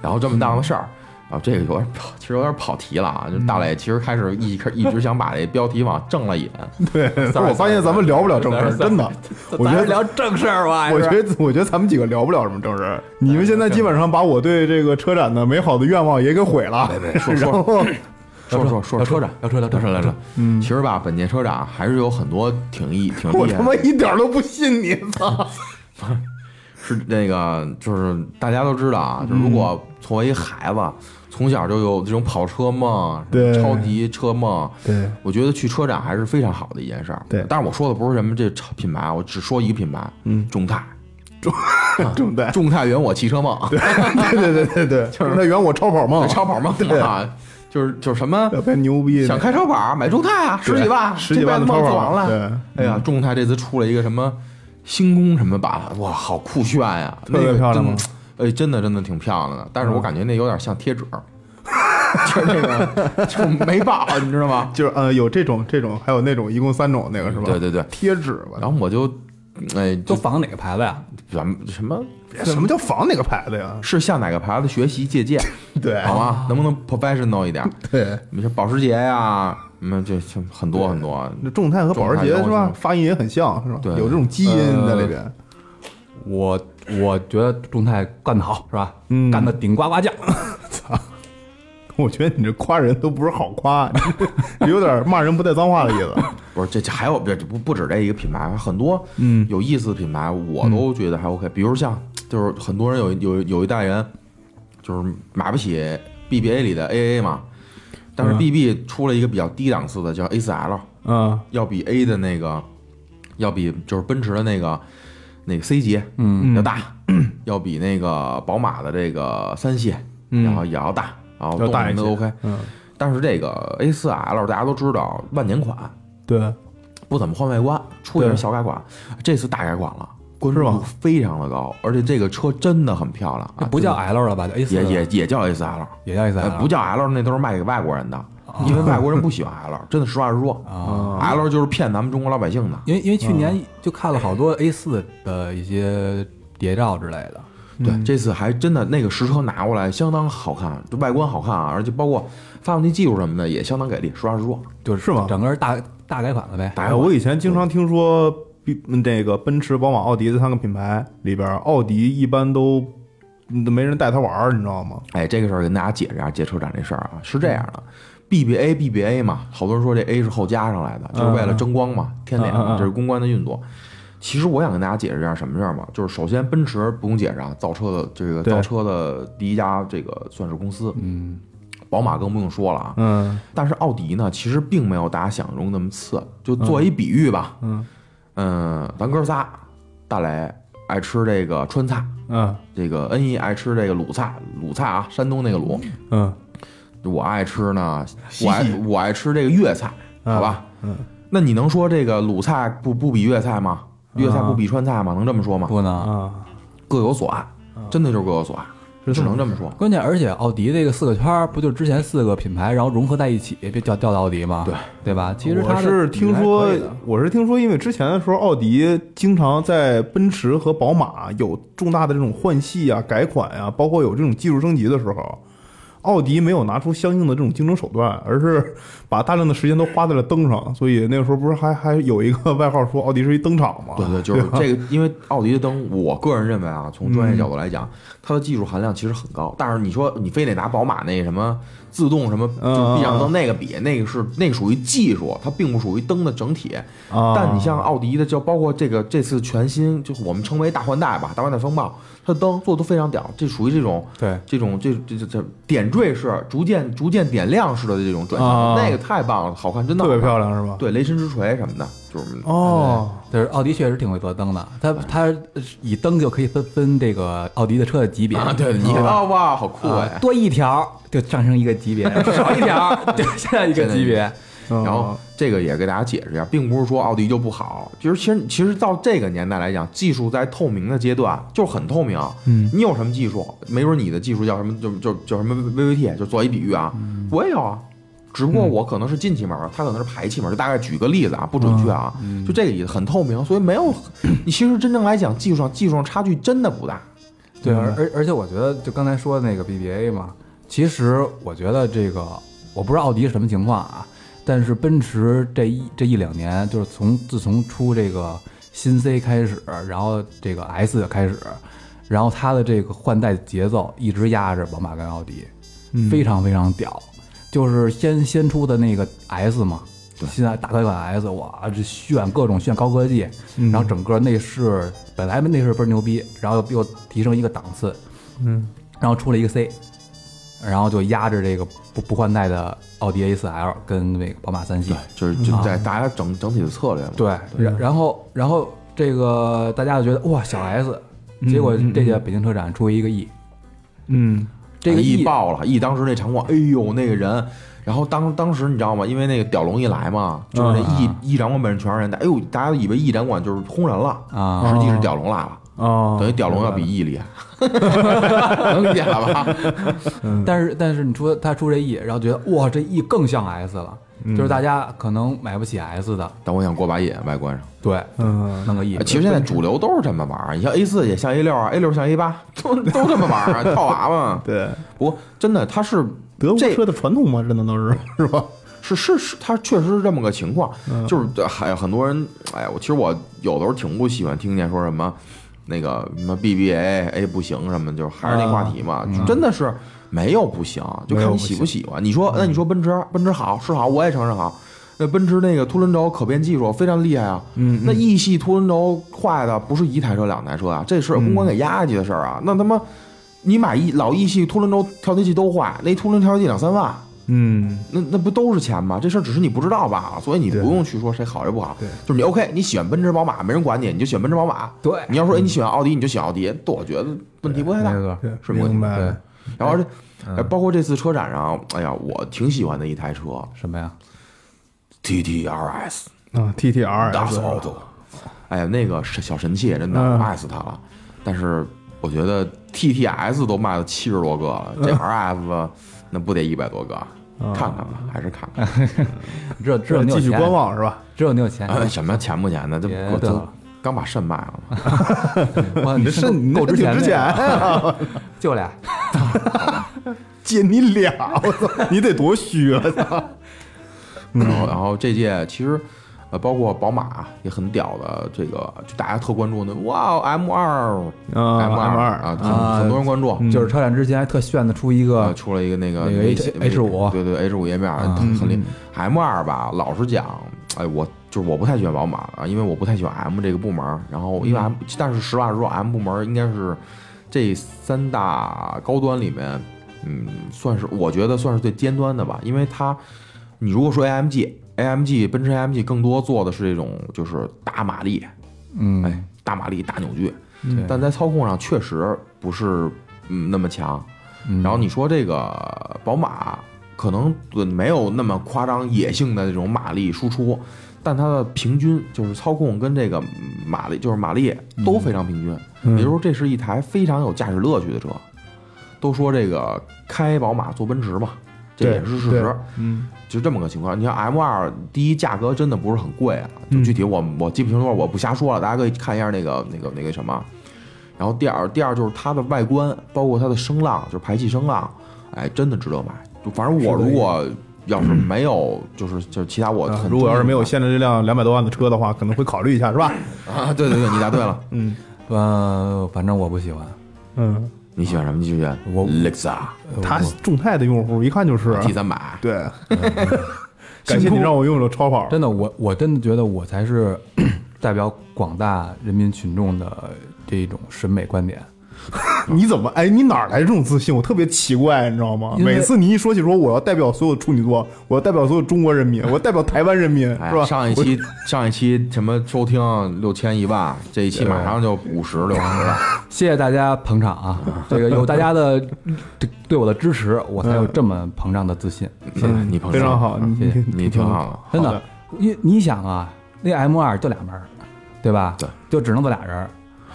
Speaker 3: 然后这么档子事儿，啊，这个有点跑，其实有点跑题了啊。就大磊其实开始一开一直想把这标题往正了引，
Speaker 4: 对，不是我发现咱们聊不了正事儿，真的，我觉
Speaker 5: 咱
Speaker 4: 得
Speaker 5: 是聊正事儿吧？
Speaker 4: 我
Speaker 5: 是
Speaker 4: 觉
Speaker 5: 不是
Speaker 4: 得，我觉得咱们几个聊不了什么正事儿。你们现在基本上把我对这个车展的美好的愿望也给毁了。然后
Speaker 3: 说说说
Speaker 5: 聊车展，聊车展，聊车
Speaker 3: 来着
Speaker 5: 展。。
Speaker 3: 嗯，其实吧，本届车展还是有很多挺意挺
Speaker 4: 我
Speaker 3: 厉害
Speaker 4: 他
Speaker 3: 的。
Speaker 4: 妈一点儿都不信你，操！
Speaker 3: 是那个，就是大家都知道啊，就是如果作为一孩子，从小就有这种跑车梦、
Speaker 4: 对
Speaker 3: 超级车梦，
Speaker 4: 对，
Speaker 3: 我觉得去车展还是非常好的一件事儿。
Speaker 4: 对
Speaker 3: 但是我说的不是什么这超品牌，我只说一个品牌，
Speaker 4: 嗯
Speaker 3: 众泰，
Speaker 4: 重贷，
Speaker 3: 众泰圆我汽车梦，
Speaker 4: 对对对对对，就是那圆我超跑梦，
Speaker 3: 超跑梦
Speaker 4: 哦对
Speaker 3: 啊，就是就是什么
Speaker 4: 特别牛逼，
Speaker 3: 想开超跑买众泰啊，
Speaker 4: 对
Speaker 3: 十几万，
Speaker 4: 十几万
Speaker 3: 这辈子
Speaker 4: 的超
Speaker 3: 梦
Speaker 4: 跑
Speaker 3: 做完了。
Speaker 4: 对。嗯
Speaker 3: 哎呀，众泰这次出了一个什么星空什么版，哇，好酷炫呀、
Speaker 4: 特别
Speaker 3: 那个
Speaker 4: 漂亮吗嗯
Speaker 3: 真哎，真的真的挺漂亮的，但是我感觉那有点像贴纸， 就是那个就没爆，你知道 吗？
Speaker 4: 就是呃，有这种这种，还有那种，一共三种，那个是吧？
Speaker 3: 对对对
Speaker 4: 贴纸吧。
Speaker 3: 然后我就哎，
Speaker 5: 都
Speaker 3: 就
Speaker 5: 仿哪个牌子呀？
Speaker 3: 咱们什么
Speaker 4: 什么叫仿哪个牌子呀？哦
Speaker 3: 是向哪个牌子学习借鉴，
Speaker 4: 对
Speaker 3: 好吗？能不能 professional 一点？
Speaker 4: 对，
Speaker 3: 你说保时捷呀，嗯，这这很多很多。
Speaker 4: 那众泰和保时捷
Speaker 3: 众泰
Speaker 4: 是
Speaker 3: 然
Speaker 4: 吧
Speaker 3: 后？
Speaker 4: 发音也很像是吧？
Speaker 3: 对
Speaker 4: 有这种基因在里边。
Speaker 5: 我我觉得众泰干得好，是吧？
Speaker 4: 嗯
Speaker 5: 干得顶呱呱叫。
Speaker 4: 我觉得你这夸人都不是好夸， 你有点骂人不带脏话的意 思。
Speaker 3: 不是，这这还有这不不止这一个品牌，很多嗯有意思的品牌我
Speaker 4: 嗯
Speaker 3: 都觉得还 OK。比如像就是很多人有有有一代人就是买不起 BBA 里的 AA 嘛，但是 BB 出了一个比较低档次的叫 A4L，
Speaker 4: 嗯
Speaker 3: 要比 A 的那个要比就是奔驰的那个那个 C 级嗯要大，要比那个宝马的这个三系然后也要大，然后
Speaker 4: 嗯要
Speaker 3: 动
Speaker 4: 大
Speaker 3: 什么
Speaker 4: 一些
Speaker 3: 都 OK。
Speaker 4: 嗯，
Speaker 3: 但是这个 A4L 大家都知道万年款。
Speaker 4: 对，
Speaker 3: 不怎么换外观，出的是小改款，这次大改款了，关注度非常的高，而且这个车真的很漂亮啊，
Speaker 5: 这 不叫 L 了吧？叫 A
Speaker 3: 就是啊
Speaker 5: 四，
Speaker 3: 也也也叫 S L，
Speaker 5: 也呃叫啊 S
Speaker 3: 哎
Speaker 5: L，
Speaker 3: 不叫 L 那都是卖给外国人的，因为外国人不喜欢 L，真的实话实说
Speaker 5: 啊
Speaker 3: ，L 就是骗咱们中国老百姓的。
Speaker 5: 因为因为去年就看了好多 A 四的一些谍照之类的，
Speaker 3: 对，这次还真的那个实车拿过来相当好看，就外观好看啊，而且包括发动机技术什么的也相当给力，实话实说。
Speaker 5: 就是
Speaker 4: 是吗
Speaker 5: 整个是大大改款了呗。
Speaker 4: 哎，我以前经常听说，比那个奔驰、宝马、奥迪这三个品牌里边，奥迪一般都嗯都没人带它玩儿，你知道吗？
Speaker 3: 哎，这个事儿跟大家解释一下借车展这事儿啊，是这样的，BBA BBA 嘛，好多人说这 A 是后加上来的，就是为了争光嘛，天脸
Speaker 4: 嗯嗯嗯
Speaker 3: 嘛
Speaker 4: 嗯，
Speaker 3: 这是公关的运作。其实我想跟大家解释一下什么事儿嘛，就是首先奔驰不用解释啊，造车的这个
Speaker 4: 对
Speaker 3: 造车的第一家这个算是公司，嗯，宝马更不用说了啊。
Speaker 4: 嗯，
Speaker 3: 但是奥迪呢，其实并没有大家想象中那么次，就作为一比喻吧，
Speaker 4: 嗯
Speaker 3: 嗯，咱哥仨，大磊爱吃这个川菜，
Speaker 4: 嗯
Speaker 3: 这个恩一爱吃这个鲁菜，鲁菜啊，山东那个鲁，
Speaker 4: 嗯
Speaker 3: 我爱吃呢，
Speaker 4: 西
Speaker 3: 我爱我爱吃这个粤菜，
Speaker 4: 嗯
Speaker 3: 好吧？
Speaker 4: 嗯，
Speaker 3: 那你能说这个鲁菜不不比粤菜吗？粤菜不比川菜吗？能这么说吗？
Speaker 5: 不能，
Speaker 4: 啊，
Speaker 3: 各有所爱，真啊的就是各有所爱，只能这么说。
Speaker 5: 关键而且奥迪这个四个圈儿，不就之前四个品牌然后融合在一起，别叫叫的奥迪吗？
Speaker 3: 对
Speaker 5: 对吧？其实
Speaker 4: 我
Speaker 5: 它的
Speaker 4: 是听说，我是听说，因为之前的时候，奥迪经常在奔驰和宝马有重大的这种换系啊、改款啊，包括有这种技术升级的时候，奥迪没有拿出相应的这种竞争手段，而是把大量的时间都花在了灯上。所以那个时候不是还还有一个外 号说奥迪啊是一嗯灯厂吗？
Speaker 3: 对对，就是这个，因为奥迪的灯，我个人认为啊，从专业角度来讲，它的技术含量其实很高。但是你说你非得拿宝马那什么自动什么
Speaker 4: 嗯
Speaker 3: 就避让
Speaker 4: 嗯
Speaker 3: 灯那个比，那个是那个属于技术，它并不属于灯的整体。
Speaker 4: 啊，
Speaker 3: 但你像奥迪的，就包括这个这次全新，就是我们称为大换代吧，大换代风暴，它的灯做的都非常屌，这属于这种
Speaker 5: 对
Speaker 3: 这种这这这这点缀式，逐渐逐渐点亮式的这种转向，
Speaker 4: 啊
Speaker 3: 那个太棒了，好看，真的
Speaker 4: 特别
Speaker 3: 亮。
Speaker 4: 漂亮是吧？
Speaker 3: 对，雷神之锤什么的，就是
Speaker 4: 哦，
Speaker 5: 就是奥迪确实挺会做灯的，它它以灯就可以分分这个奥迪的车的级别
Speaker 3: 啊，对，你看
Speaker 5: 啊
Speaker 3: 哦哇，好酷哎！
Speaker 5: 多一条就上升一个级别，少一条就下一个级别。
Speaker 4: 嗯
Speaker 3: 然后这个也给大家解释一下，并不是说奥迪就不好，其实其实其实到这个年代来讲，技术在透明的阶段就是很透明。嗯，你有什么技术，没准你的技术叫什么，就就叫什么 VVT，就做一比喻啊，我也有啊。只不过我可能是进气门，它可能是排气门，就大概举个例子啊，不准确
Speaker 5: 嗯
Speaker 3: 啊，就这个意思，很透明，所以没有。你其实真正来讲，技术上技术上差距真的不大。
Speaker 5: 对，而而而且我觉得，就刚才说的那个 BBA 嘛，其实我觉得这个，我不知道奥迪是什么情况啊，但是奔驰这一这一两年，就是从自从出这个新 C 开始，然后这个 S 开始，然后它的这个换代节奏一直压着宝马
Speaker 4: 嗯
Speaker 5: 跟奥迪，非常非常屌。就是先先出的那个 S 嘛，现在大改款 S，哇，这炫各种炫高科技，
Speaker 4: 嗯
Speaker 5: 然后整个内饰本来内饰倍儿牛逼，然后又提升一个档次，
Speaker 4: 嗯，
Speaker 5: 然后出了一个 C，然后就压着这个不不换代的奥迪 A4L 跟那个宝马三系，
Speaker 3: 就是就在大家整整体的策略嘛。
Speaker 5: 对，然然后然后这个大家就觉得哇小 S，结果这届北京车展出一个 E，
Speaker 4: 嗯
Speaker 5: 这个
Speaker 3: E
Speaker 5: E
Speaker 3: 爆了，E 当时那场馆，哎呦那个人，然后当当时你知道吗？因为那个屌龙一来嘛，就是那 E、E 展馆本身全是人的，哎呦，大家都以为 E 展馆就是轰人了，
Speaker 5: 啊
Speaker 3: 实际是屌龙来了，
Speaker 4: 啊，
Speaker 3: 等于屌龙要比 E 厉害，能理解了吧？
Speaker 5: 但是但是你说他出这 E，然后觉得哇这 E 更像 S 了，就是大家可能买不起 S 的，
Speaker 3: 但我想过把瘾，外观上，
Speaker 5: 对，
Speaker 4: 嗯
Speaker 5: 弄个 E，
Speaker 3: 呃啊其实现在主流都是这么玩儿，你像 A 四也像 A 六啊，A 六像 A 八，都都这么玩儿啊， 套娃嘛。
Speaker 4: 对，
Speaker 3: 不过真的，它是
Speaker 4: 德国
Speaker 3: 这
Speaker 4: 车的传统嘛，这难道是是吧？
Speaker 3: 是是是，它确实是这么个情况，就是呃还有很多人，哎呀，我其实我有的时候挺不喜欢听见说什么那个什么 BBA A 不行什么，就是还是那话题嘛，真的是没有不行，就
Speaker 4: 没有
Speaker 3: 看你
Speaker 4: 不
Speaker 3: 喜不喜欢。你说那你说奔驰，奔驰好是好，我也承认好。那奔驰那个凸轮轴可变技术非常厉害啊，嗯，那 E 系凸轮轴坏的不是一台车两台车啊，这是公关给压下去的事儿啊，那他妈。你买一老 E 系凸轮轴调节器都坏，那凸轮调节器两三万，
Speaker 4: 嗯
Speaker 3: 那那不都是钱吗？这事儿只是你不知道罢了，所以你
Speaker 4: 对
Speaker 3: 不用去说谁好谁不好，
Speaker 4: 对
Speaker 3: 就是你 OK，你喜欢奔驰、宝马，没人管你，你就喜欢奔驰、宝马。
Speaker 5: 对
Speaker 3: 你要说哎，你喜欢奥迪，你就喜欢奥迪，这我觉得问题不太大
Speaker 5: 没。错，
Speaker 4: 嗯对，嗯
Speaker 3: 是不是
Speaker 4: 明白
Speaker 5: 对
Speaker 4: 了，
Speaker 3: 然后这，哎包括这次车展上，哎呀，我挺喜欢的一台车
Speaker 5: 什么呀？
Speaker 3: ，TTRS
Speaker 4: 啊，T T R
Speaker 3: Dax
Speaker 4: S
Speaker 3: Auto，哎呀，那个是小神器，真的
Speaker 4: 嗯
Speaker 3: 我爱死它了。但是我觉得 TTS 都卖了七十多个了，
Speaker 4: 嗯
Speaker 3: 这 RS 那不得一百多个？看看吧，还是看看。
Speaker 5: 只有只有你有
Speaker 4: 继续
Speaker 5: 钱，
Speaker 4: 观望是吧？
Speaker 5: 只有你有钱。
Speaker 3: 啊，什么钱不钱的？这
Speaker 5: 别
Speaker 3: 我
Speaker 5: 对
Speaker 3: 这
Speaker 5: 了
Speaker 3: 刚把肾卖了嘛，
Speaker 5: 哇，
Speaker 4: 你这
Speaker 5: 是
Speaker 4: 肾
Speaker 5: 够
Speaker 4: 你
Speaker 5: 值钱
Speaker 4: 这挺
Speaker 5: 的
Speaker 4: 值钱
Speaker 5: 呀，
Speaker 4: 啊，
Speaker 5: 就俩。
Speaker 4: 借你俩，我操，你得多虚啊！
Speaker 3: 然后然后这届其实，呃，包括宝马也很屌的，这个就大家特关注的，哇，M 二
Speaker 4: 啊
Speaker 3: ，M 二
Speaker 4: 啊
Speaker 3: 啊，
Speaker 5: 啊
Speaker 3: 很很多人关注，
Speaker 5: 就是车展之前还特炫的出一
Speaker 3: 呃，
Speaker 5: 个，
Speaker 3: 出了一个那个
Speaker 5: 那个 H- 啊嗯
Speaker 3: 那
Speaker 5: H5
Speaker 3: 对对 H 五页面很厉害。M 二吧，老实讲，哎，我就是我不太喜欢宝马啊，因为我不太喜欢 M 这个部门儿。然后
Speaker 5: 嗯
Speaker 3: 因为 M，但是实话实说，M 部门儿应该是这三大高端里面，嗯，算是我觉得算是最尖端的吧，因为它，你如果说 AMG。AMG 奔驰 AMG 更多做的是这种就是大马力，
Speaker 5: 嗯，
Speaker 3: 哎，大马力大扭矩，
Speaker 5: 对
Speaker 3: 嗯但在操控上确实不是嗯那么强。
Speaker 5: 嗯
Speaker 3: 然后你说这个宝马可能呃没有那么夸张野性的这种马力输出，但它的平均就是操控跟这个马力就是马力
Speaker 4: 嗯
Speaker 3: 都非常平均，也就是说这是一台非常有驾驶乐趣的车。都说这个开宝马坐奔驰嘛，这
Speaker 4: 对
Speaker 3: 也是事
Speaker 4: 对
Speaker 3: 实。
Speaker 4: 嗯
Speaker 3: 就这么个情况。你像 M 二，第一价格真的不是很贵啊，
Speaker 4: 嗯
Speaker 3: 就具体我我记不清楚，我不瞎说了，大家可以看一下那个那个那个什么。然后第二，第二就是它的外观，包括它的声浪，就是排气声浪，哎，真的值得买。就反正我如果要是没有， 就是就是其他我
Speaker 4: 啊
Speaker 3: 很
Speaker 4: 如果要是没有
Speaker 3: 现
Speaker 4: 现在这辆两百多万的车的话，可能会考虑一下，是吧？
Speaker 3: 啊，对对对，你答对了。
Speaker 4: 嗯
Speaker 5: 呃，反正我不喜欢，
Speaker 4: 嗯，
Speaker 3: 你喜欢什么机器人？
Speaker 5: 我
Speaker 3: Lexa
Speaker 4: 他众泰的用户一看就是
Speaker 3: T 三百，
Speaker 4: 对，感谢你让我拥有了超跑。
Speaker 5: 真的，我我真的觉得我才是 代表广大人民群众的这种审美观点。
Speaker 4: 你怎么哎？你哪来这种自信？我特别奇怪，你知道吗？
Speaker 5: 因为
Speaker 4: 每次你一说起说我要代表所有处女座，我要代表所有中国人民，我要代表台湾人民，
Speaker 3: 哎
Speaker 4: 是吧？
Speaker 3: 上一
Speaker 4: 我
Speaker 3: 期上一期什么收听六千一万，这一期马上就五十六十了。
Speaker 5: 谢谢大家捧场啊！这个有大家 的对对我的支持，我才有这么膨胀的自信。
Speaker 3: 谢谢你捧场，
Speaker 4: 嗯非常好，
Speaker 5: 谢谢
Speaker 3: 你挺好的。
Speaker 5: 真嗯
Speaker 4: 好
Speaker 5: 的
Speaker 4: 的，
Speaker 5: 你你想啊，那 M 二就俩门儿，对吧？
Speaker 3: 对，
Speaker 5: 就只能坐俩人儿。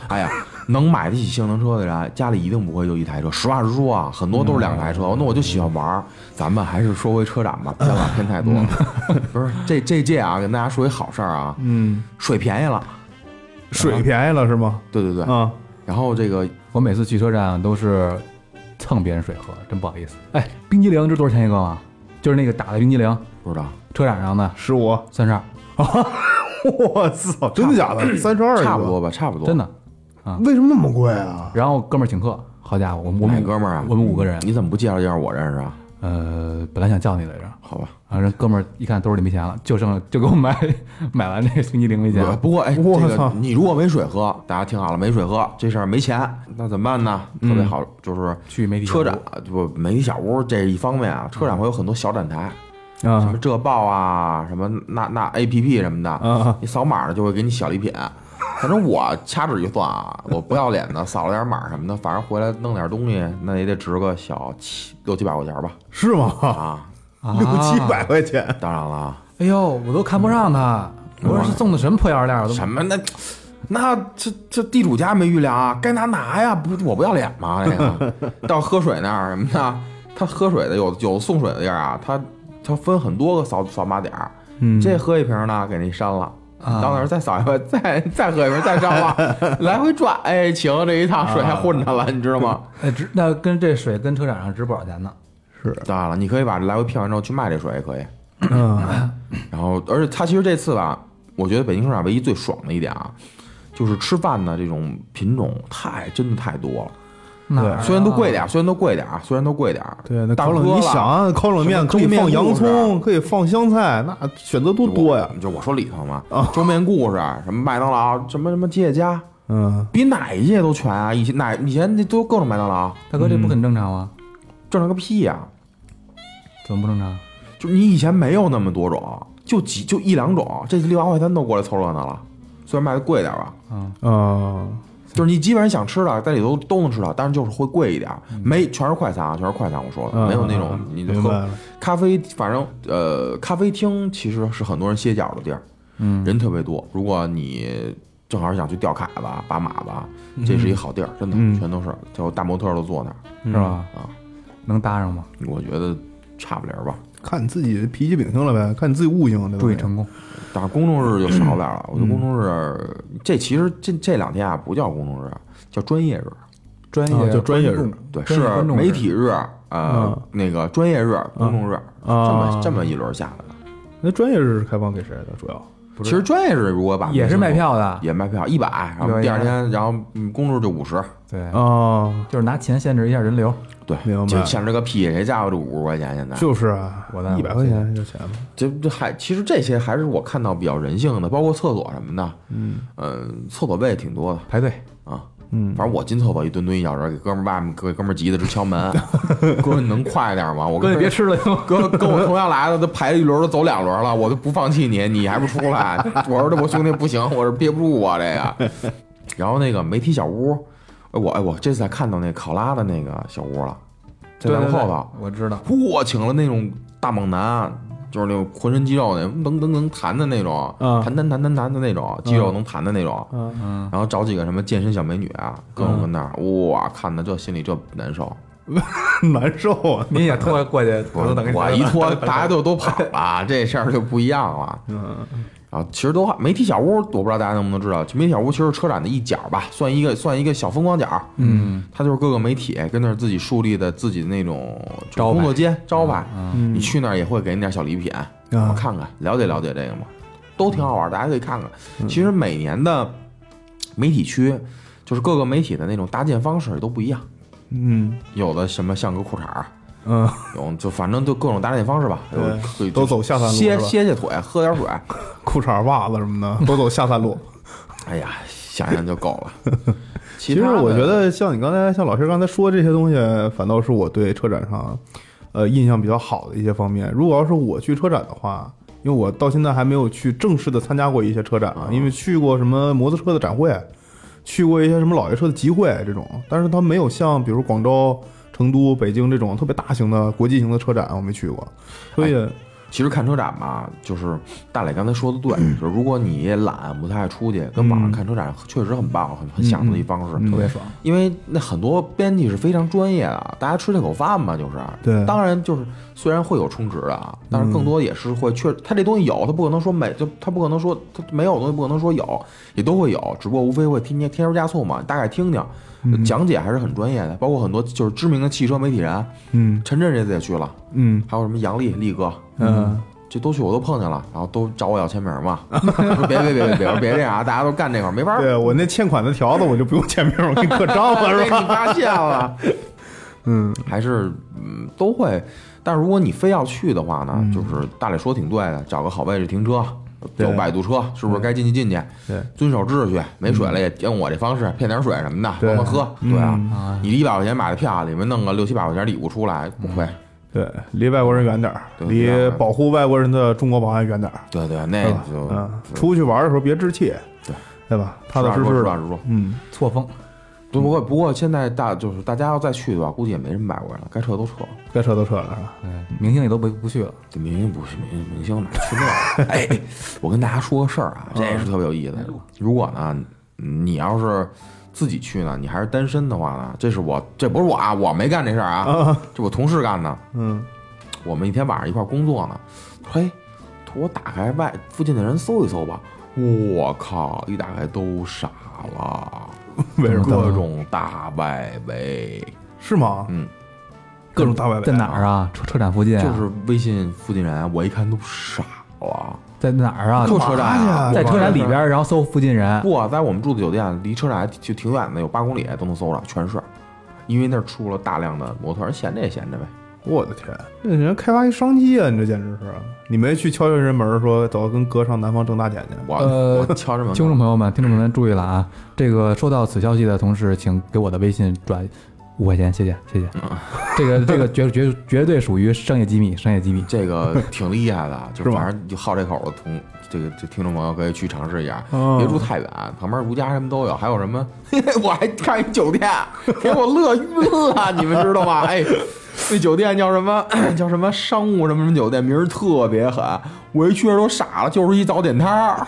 Speaker 3: 哎呀，能买得起性能车的人，家里一定不会就一台车。实话实说啊，很多都是两台车。
Speaker 5: 嗯
Speaker 3: 那我就喜欢玩儿。咱们还是说回车展吧， 别往偏太多了。
Speaker 5: 嗯
Speaker 3: 不是，这这届啊，跟大家说一好事儿啊，
Speaker 4: 嗯，
Speaker 3: 水便宜了。
Speaker 4: 水便宜了是吗？
Speaker 3: 对对对。
Speaker 5: 嗯
Speaker 4: 啊，
Speaker 3: 然后这个
Speaker 5: 我每次去车站都是蹭别人水喝，真不好意思。哎，冰激凌这多少钱一个啊？就是那个打的冰激凌，
Speaker 3: 不知道，
Speaker 5: 车展上的
Speaker 4: 十五，
Speaker 5: 三十二，
Speaker 4: 我操，真的假的？三十二，
Speaker 3: 差不多吧，差不多。
Speaker 5: 真的。
Speaker 4: 为什么那么贵啊？
Speaker 5: 然后哥们儿请客，好家伙，我们我
Speaker 3: 哎，
Speaker 5: 们
Speaker 3: 哥们儿啊，
Speaker 5: 我们五个人，
Speaker 3: 你怎么不介绍介绍我认识啊？
Speaker 5: 呃，本来想叫你来着，
Speaker 3: 好吧。
Speaker 5: 啊，人哥们儿一看兜里没钱了，就剩就给我买买完那个冰激凌没钱
Speaker 3: 呃
Speaker 5: 了。
Speaker 3: 不过哎，
Speaker 4: 我
Speaker 3: 这
Speaker 4: 操
Speaker 3: 个你如果没水喝，大家听好了，没水喝这事儿没钱，那怎么办呢？
Speaker 5: 嗯
Speaker 3: 特别好，就是
Speaker 5: 去媒体
Speaker 3: 车展
Speaker 5: 小屋
Speaker 3: 不媒体小屋这一方面啊，车展会有很多小展台，什
Speaker 4: 啊
Speaker 3: 么这报啊，什么那那 A P P 什么的，
Speaker 4: 啊
Speaker 3: 你扫码了就会给你小礼品。反正我掐指一算啊，我不要脸的扫了点码什么的，反正回来弄点东西，那也得值个小七六七百块钱吧。
Speaker 4: 是吗？
Speaker 3: 啊，
Speaker 5: 啊
Speaker 4: 六七百块钱，
Speaker 3: 当然了啊，
Speaker 5: 哎呦，我都看不上他，我说是送的什么破玩意儿，我都
Speaker 3: 什么那那这这地主家没余粮啊，该拿拿呀，不我不要脸吗？这个到喝水那儿什么的，他喝水的有有送水的地儿啊，他他分很多个扫扫码点儿，
Speaker 4: 嗯
Speaker 3: 这喝一瓶呢给您删了。
Speaker 5: 啊
Speaker 3: 到那儿再扫一遍，再再喝一瓶，再删 了，来回转，哎，行，这一趟水还混着了，你知道 吗？
Speaker 5: 哎，值那跟这水跟车展上值不少钱呢。
Speaker 3: 当然了，你可以把这来回骗完之后去卖这水也可以。
Speaker 4: 嗯
Speaker 3: 然后，而且它其实这次吧，我觉得北京车展唯一最爽的一点啊，就是吃饭的这种品种太真的太多了。
Speaker 5: 那
Speaker 4: 对
Speaker 3: 虽然都贵点儿，虽然都贵点儿，啊虽然都贵点儿。
Speaker 4: 哎对，那
Speaker 3: 大
Speaker 4: 烤冷
Speaker 3: 哥
Speaker 4: 你
Speaker 3: 了
Speaker 4: 想啊，烤冷面可以
Speaker 3: 什么
Speaker 4: 放
Speaker 3: 周边
Speaker 4: 洋
Speaker 3: 故事
Speaker 4: 葱，可以放香菜，那选择多多呀。哦
Speaker 3: 我就我说里头嘛，周边故事啊什么麦当劳，什么什么吉野家，
Speaker 4: 嗯，
Speaker 3: 比哪一届都全啊！以前哪以前那都各种麦当劳，
Speaker 5: 大哥这
Speaker 3: 嗯
Speaker 5: 不很正常吗？
Speaker 3: 正常个屁呀、
Speaker 5: 怎么不正常？
Speaker 3: 就你以前没有那么多种，就几就一两种，这六八块三都过来凑热闹了。虽然卖的贵点儿吧，
Speaker 4: 啊，
Speaker 3: 就是你基本上想吃的在里头都能吃到，但是就是会贵一点儿，没全是快餐啊，全是快餐。我说的
Speaker 4: 嗯
Speaker 3: 没有那种
Speaker 4: 嗯
Speaker 3: 你
Speaker 4: 明白
Speaker 3: 喝
Speaker 4: 了
Speaker 3: 咖啡，反正呃，咖啡厅其实是很多人歇脚的地儿，嗯，人特别多。如果你正好想去钓卡子、把马子，这是一
Speaker 4: 嗯
Speaker 3: 好地儿，真的全都是，就大模特都坐那儿。
Speaker 5: 嗯是吧？
Speaker 3: 啊，
Speaker 5: 能搭上吗？
Speaker 3: 我觉得差不离儿吧，
Speaker 4: 看你自己脾气秉性了呗，看你自己悟性了。
Speaker 5: 注意成功。
Speaker 3: 但是公众日就少点儿了。我觉
Speaker 4: 嗯
Speaker 3: 得公众日这其实这这两天啊不叫公众日，叫专业日。
Speaker 5: 专
Speaker 4: 啊
Speaker 5: 业
Speaker 4: 叫专业
Speaker 5: 观众
Speaker 3: 对，
Speaker 5: 专
Speaker 3: 是
Speaker 5: 业观众
Speaker 3: 媒
Speaker 5: 日
Speaker 3: 体日，呃
Speaker 4: 嗯，
Speaker 3: 那个专业日、公众日，这么
Speaker 4: 啊
Speaker 3: 这么一轮下来。
Speaker 4: 那专业日是开放给谁的？主要
Speaker 3: 其实专业日如果把
Speaker 5: 也是卖，票的，
Speaker 3: 也卖票一百，然后
Speaker 5: 100
Speaker 3: 第二天，然后嗯公众日就五十，
Speaker 5: 对，
Speaker 4: 啊，
Speaker 5: 就是拿钱限制一下人流。
Speaker 3: 对
Speaker 4: 明白，
Speaker 3: 就限制个屁，谁家伙这五十块钱现在？
Speaker 4: 就是啊
Speaker 5: 我的，
Speaker 4: 一百块钱就钱嘛。
Speaker 3: 这这还其实这些还是我看到比较人性的，包括厕所什么的，嗯厕所位挺多的
Speaker 5: 排队，
Speaker 3: 啊。
Speaker 4: 嗯
Speaker 3: 反正我进厕所一蹲蹲一小时，给哥们儿外面给哥们儿急的直敲门，哥你能快点吗？我跟
Speaker 5: 哥你别吃了，
Speaker 3: 哥跟我同样来的，他排一轮都走两轮了，我都不放弃你，你还不出来？我说这我兄弟不行，我是憋不住啊这个。然后那个媒体小屋，哎我哎我这次还看到那考拉的那个小屋了， 在咱们后头，
Speaker 5: 我知道。
Speaker 3: 嚯，请了那种大猛男，就是那种浑身肌肉那能能能弹的那种，
Speaker 4: 嗯
Speaker 3: 弹弹弹弹弹的那种，肌肉能弹的那种。
Speaker 5: 嗯，
Speaker 3: 然后找几个什么健身小美女啊，各种跟那儿哇，看的这心里这难受。
Speaker 4: 难受啊！
Speaker 5: 您也拖过去，
Speaker 3: 我
Speaker 5: 等
Speaker 3: 我一拖，大家就都跑了， 这事儿就不一样了。
Speaker 4: 嗯，
Speaker 3: 啊，其实都媒体小屋，我不知道大家能不能知道，媒体小屋其实是车展的一角吧，算一个算一个小风光角。
Speaker 5: 嗯，
Speaker 3: 它就是各个媒体跟那儿自己树立的自己的那种就是
Speaker 5: 招牌
Speaker 3: 工作间招牌，
Speaker 4: 嗯
Speaker 3: 你去那儿也会给你点小礼品，
Speaker 5: 嗯
Speaker 3: 我
Speaker 4: 啊
Speaker 3: 看看了解了解这个嘛，都挺好玩，大家可以看看。
Speaker 5: 嗯
Speaker 3: 其实每年的媒体区，就是各个媒体的那种搭建方式都不一样，
Speaker 4: 嗯
Speaker 3: 有的什么像个裤衩儿，
Speaker 4: 嗯，
Speaker 3: 有就反正就各种搭建方式吧，有
Speaker 4: 对
Speaker 3: 可以
Speaker 4: 都走下三路
Speaker 3: 歇
Speaker 4: 是吧
Speaker 3: 歇歇腿，喝点 水。
Speaker 4: 裤衩、袜子什么的都 走下三路。
Speaker 3: 哎呀，想想就够了。 其
Speaker 4: 其实
Speaker 3: 他的
Speaker 4: 我觉，得，像你刚才，像老师刚才说这些东西，反倒是我对车展上，呃，印象比较好的一些方面。如果要是我去车展的话，因为我到现在还没有去正式的参加过一些车展啊，因为去过什么摩托车的展会，去过一些什么老爷车的集会这种，但是它没有像比如广州、成都、北京这种特别大型的国际型的车展，我没去过，所
Speaker 3: 哎
Speaker 4: 以
Speaker 3: 其实看车展吧，就是大磊刚才说的 对，就是如果你也懒，不太爱出去，跟网
Speaker 4: 嗯
Speaker 3: 上看车展确实很棒，很很享受的一方式，
Speaker 5: 特别爽。
Speaker 3: 因为那很多编辑是非常专业的，大家吃这口饭嘛，就是。
Speaker 4: 对
Speaker 3: 当然就是虽然会有充值的啊，但是更多也是会确，他这东西有，他不可能说没，就他不可能说他没有的东西不可能说有，也都会有，只不过无非会添加添油加醋嘛，大概听听。
Speaker 4: 嗯
Speaker 3: 讲解还是很专业的，包括很多就是知名的汽车媒体人，
Speaker 4: 嗯
Speaker 3: 陈震这次也去了，
Speaker 4: 嗯
Speaker 3: 还有什么杨丽丽哥，
Speaker 4: 嗯
Speaker 3: 这都去我都碰见了，然后都找我要签名嘛。 别别别别别别这样啊！大家都干这块儿没法儿。
Speaker 4: 对我那欠款的条子我就不用签名，我给你刻章了，
Speaker 3: 被
Speaker 4: 是吧？
Speaker 3: 你发现了。
Speaker 4: 嗯
Speaker 3: 还是嗯都会。但是如果你非要去的话呢，就是大磊说挺对的，找个好位置停车，
Speaker 4: 对
Speaker 3: 有摆渡车，是不是该进去进去？
Speaker 4: 对，
Speaker 3: 遵守秩序，没水了也用我这方式骗点水什么的，
Speaker 4: 对
Speaker 3: 帮忙喝。对啊
Speaker 4: 嗯，
Speaker 5: 啊，
Speaker 3: 你一百块钱买的票，里面弄个六七百块钱礼物出来，不亏。
Speaker 4: 对，离外国人远点儿，
Speaker 3: 对
Speaker 4: 离
Speaker 3: 对
Speaker 4: 保护外国人的中国保安远点儿，
Speaker 3: 对对，那
Speaker 4: 是吧？
Speaker 3: 哎就
Speaker 4: 嗯，出去玩的时候别置气，
Speaker 3: 对
Speaker 4: 对吧？踏踏
Speaker 3: 实
Speaker 4: 实
Speaker 3: 话实
Speaker 4: 实
Speaker 3: 说实话
Speaker 4: 的，
Speaker 3: 实说。
Speaker 4: 嗯，
Speaker 5: 错峰，
Speaker 3: 对，不过不过现在大就是大家要再去的话，估计也没什么外国人了，该撤都撤了。
Speaker 4: 该撤都撤了是吧？
Speaker 3: 哎
Speaker 5: 嗯，明星也都不不去了，
Speaker 3: 这明星不是明星，明星哪去那？哎，我跟大家说个事儿啊，这也是特别有意思的。如果呢，你要是自己去呢，你还是单身的话呢，这是我这不是我啊，我没干这事儿啊，这我同事干的。
Speaker 4: 嗯，
Speaker 3: 我们一天晚上一块儿工作呢，说哎，我打开外附近的人搜一搜吧。我靠！一打开都傻了，
Speaker 4: 为什么？
Speaker 3: 各种大外围，
Speaker 4: 是吗？
Speaker 3: 嗯，
Speaker 4: 各种大外围
Speaker 5: 在哪儿啊？车车站附近啊，
Speaker 3: 就是微信附近人，啊我一看都傻了。
Speaker 5: 在哪儿啊？
Speaker 3: 就车站啊
Speaker 4: 嘛去
Speaker 5: 在
Speaker 4: 啊
Speaker 5: 车站里边，然后搜附近人，
Speaker 3: 不，啊在我们住的酒店离车站还就挺远的，有八公里都能搜着，全是。因为那儿出了大量的模特，人闲着也闲着呗。
Speaker 4: 我的天，这人家开发一商机啊！你这简直是，你没去敲敲人门儿说走，跟哥上南方挣大钱去。
Speaker 3: 我、
Speaker 5: 呃
Speaker 3: 我敲着 门，
Speaker 5: 听众朋友们，听众朋友们注意了啊！这个收到此消息的同事，请给我的微信转五块钱，谢谢谢谢。
Speaker 3: 嗯
Speaker 5: 这个这个绝绝绝对属于商业机密，商业机密。
Speaker 3: 这个挺厉害的，啊就是
Speaker 4: 吗
Speaker 3: 反正就好这口的同这个这听众朋友可以去尝试一下，
Speaker 4: 哦
Speaker 3: 别住太远，旁边如家什么都有，还有什么？ 我还看一酒店，给我乐晕了，你们知道吗？哎，那酒店叫什么？ 叫什么商务什么什么酒店，名儿特别狠，我一去那儿都傻了，就是一早点摊儿。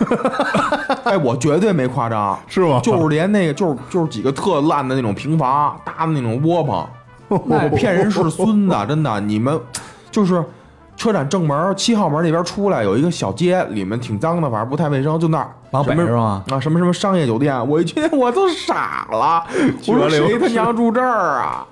Speaker 3: 哎，我绝对没夸张，
Speaker 4: 是 吗
Speaker 3: 就是连那个就是就是几个特烂的那种平房搭的那种窝棚，我骗人是孙子，真的，你们就是。车站正门七号门那边出来有一个小街，里面挺脏的，反正不太卫生，就那儿。
Speaker 5: 往北
Speaker 3: 什么
Speaker 5: 是吗
Speaker 3: 啊，什么什么商业酒店，我一去 我都傻了，我说谁他娘住这儿啊？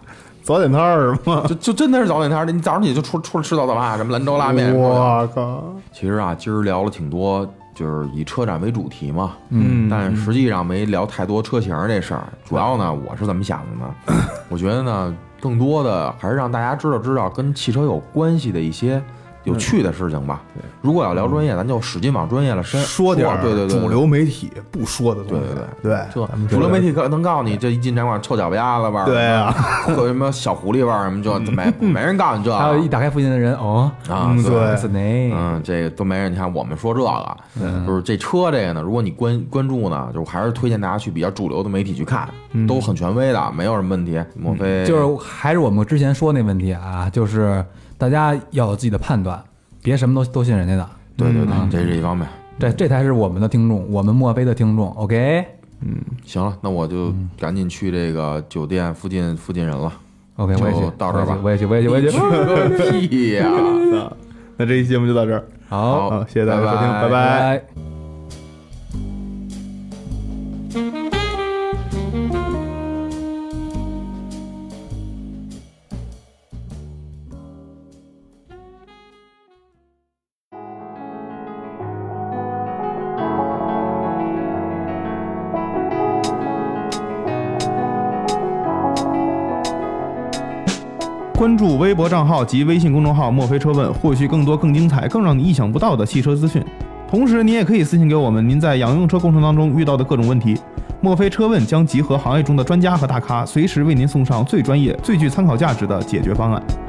Speaker 4: 早点摊儿是吗？
Speaker 3: 就就真的是早点摊儿，你早上起就出出来吃早早饭，什么兰州拉面什么的。
Speaker 4: 我靠！
Speaker 3: 其实啊，今儿聊了挺多，就是以车展为主题嘛，嗯，但实际上没聊太多车型这事儿。主要呢，我是怎么想的呢？ 我觉得呢，更多的还是让大家知道知道跟汽车有关系的一些有趣的事情吧。如果要聊专业，咱就使劲往专业了深，
Speaker 4: 嗯说点儿
Speaker 3: 对对对，对
Speaker 4: 主。流媒体不说的东西，对
Speaker 3: 就
Speaker 4: 咱们
Speaker 3: 主流媒
Speaker 4: 体，
Speaker 3: 体可能告诉你，这一进展馆臭脚丫子味儿，
Speaker 4: 对 啊，
Speaker 3: 有什么小狐狸味儿什么，就没没人告诉你这。
Speaker 5: 还有一打开附近的人，哦，
Speaker 3: 啊，
Speaker 4: 嗯对
Speaker 5: 是哪？
Speaker 3: 嗯，这个都没人。你看我们说这
Speaker 5: 嗯
Speaker 3: 个，就是这车这个呢，如果你关关注呢，就是还是推荐大家去比较主流的媒体去看，都很权威的，没有什么问题。莫非
Speaker 5: 嗯就是还是我们之前说那问题啊，就是大家要有自己的判断，别什么都都信人家的。
Speaker 3: 对对
Speaker 5: 嗯
Speaker 3: 对，这是一方面。
Speaker 5: 这这才是我们的听众，我们墨菲的听众。OK
Speaker 3: 行了，那我就
Speaker 5: 嗯
Speaker 3: 赶紧去这个酒店附近附近人了。
Speaker 5: OK，我也
Speaker 3: 就
Speaker 5: 去，
Speaker 3: 到这儿吧
Speaker 5: 我也去，我也去，我也去。
Speaker 3: 去屁呀！
Speaker 4: 那这期节目就到这儿，
Speaker 5: 好，
Speaker 4: 好，谢谢大家收听，
Speaker 3: 拜拜
Speaker 4: 拜拜。
Speaker 5: 拜。
Speaker 4: 关注微博账号及微信公众号“墨菲车问”，获取更多更精彩、更让你意想不到的汽车资讯。同时，您也可以私信给我们您在养用车过程当中遇到的各种问题。墨菲车问将集合行业中的专家和大咖，随时为您送上最专业、最具参考价值的解决方案。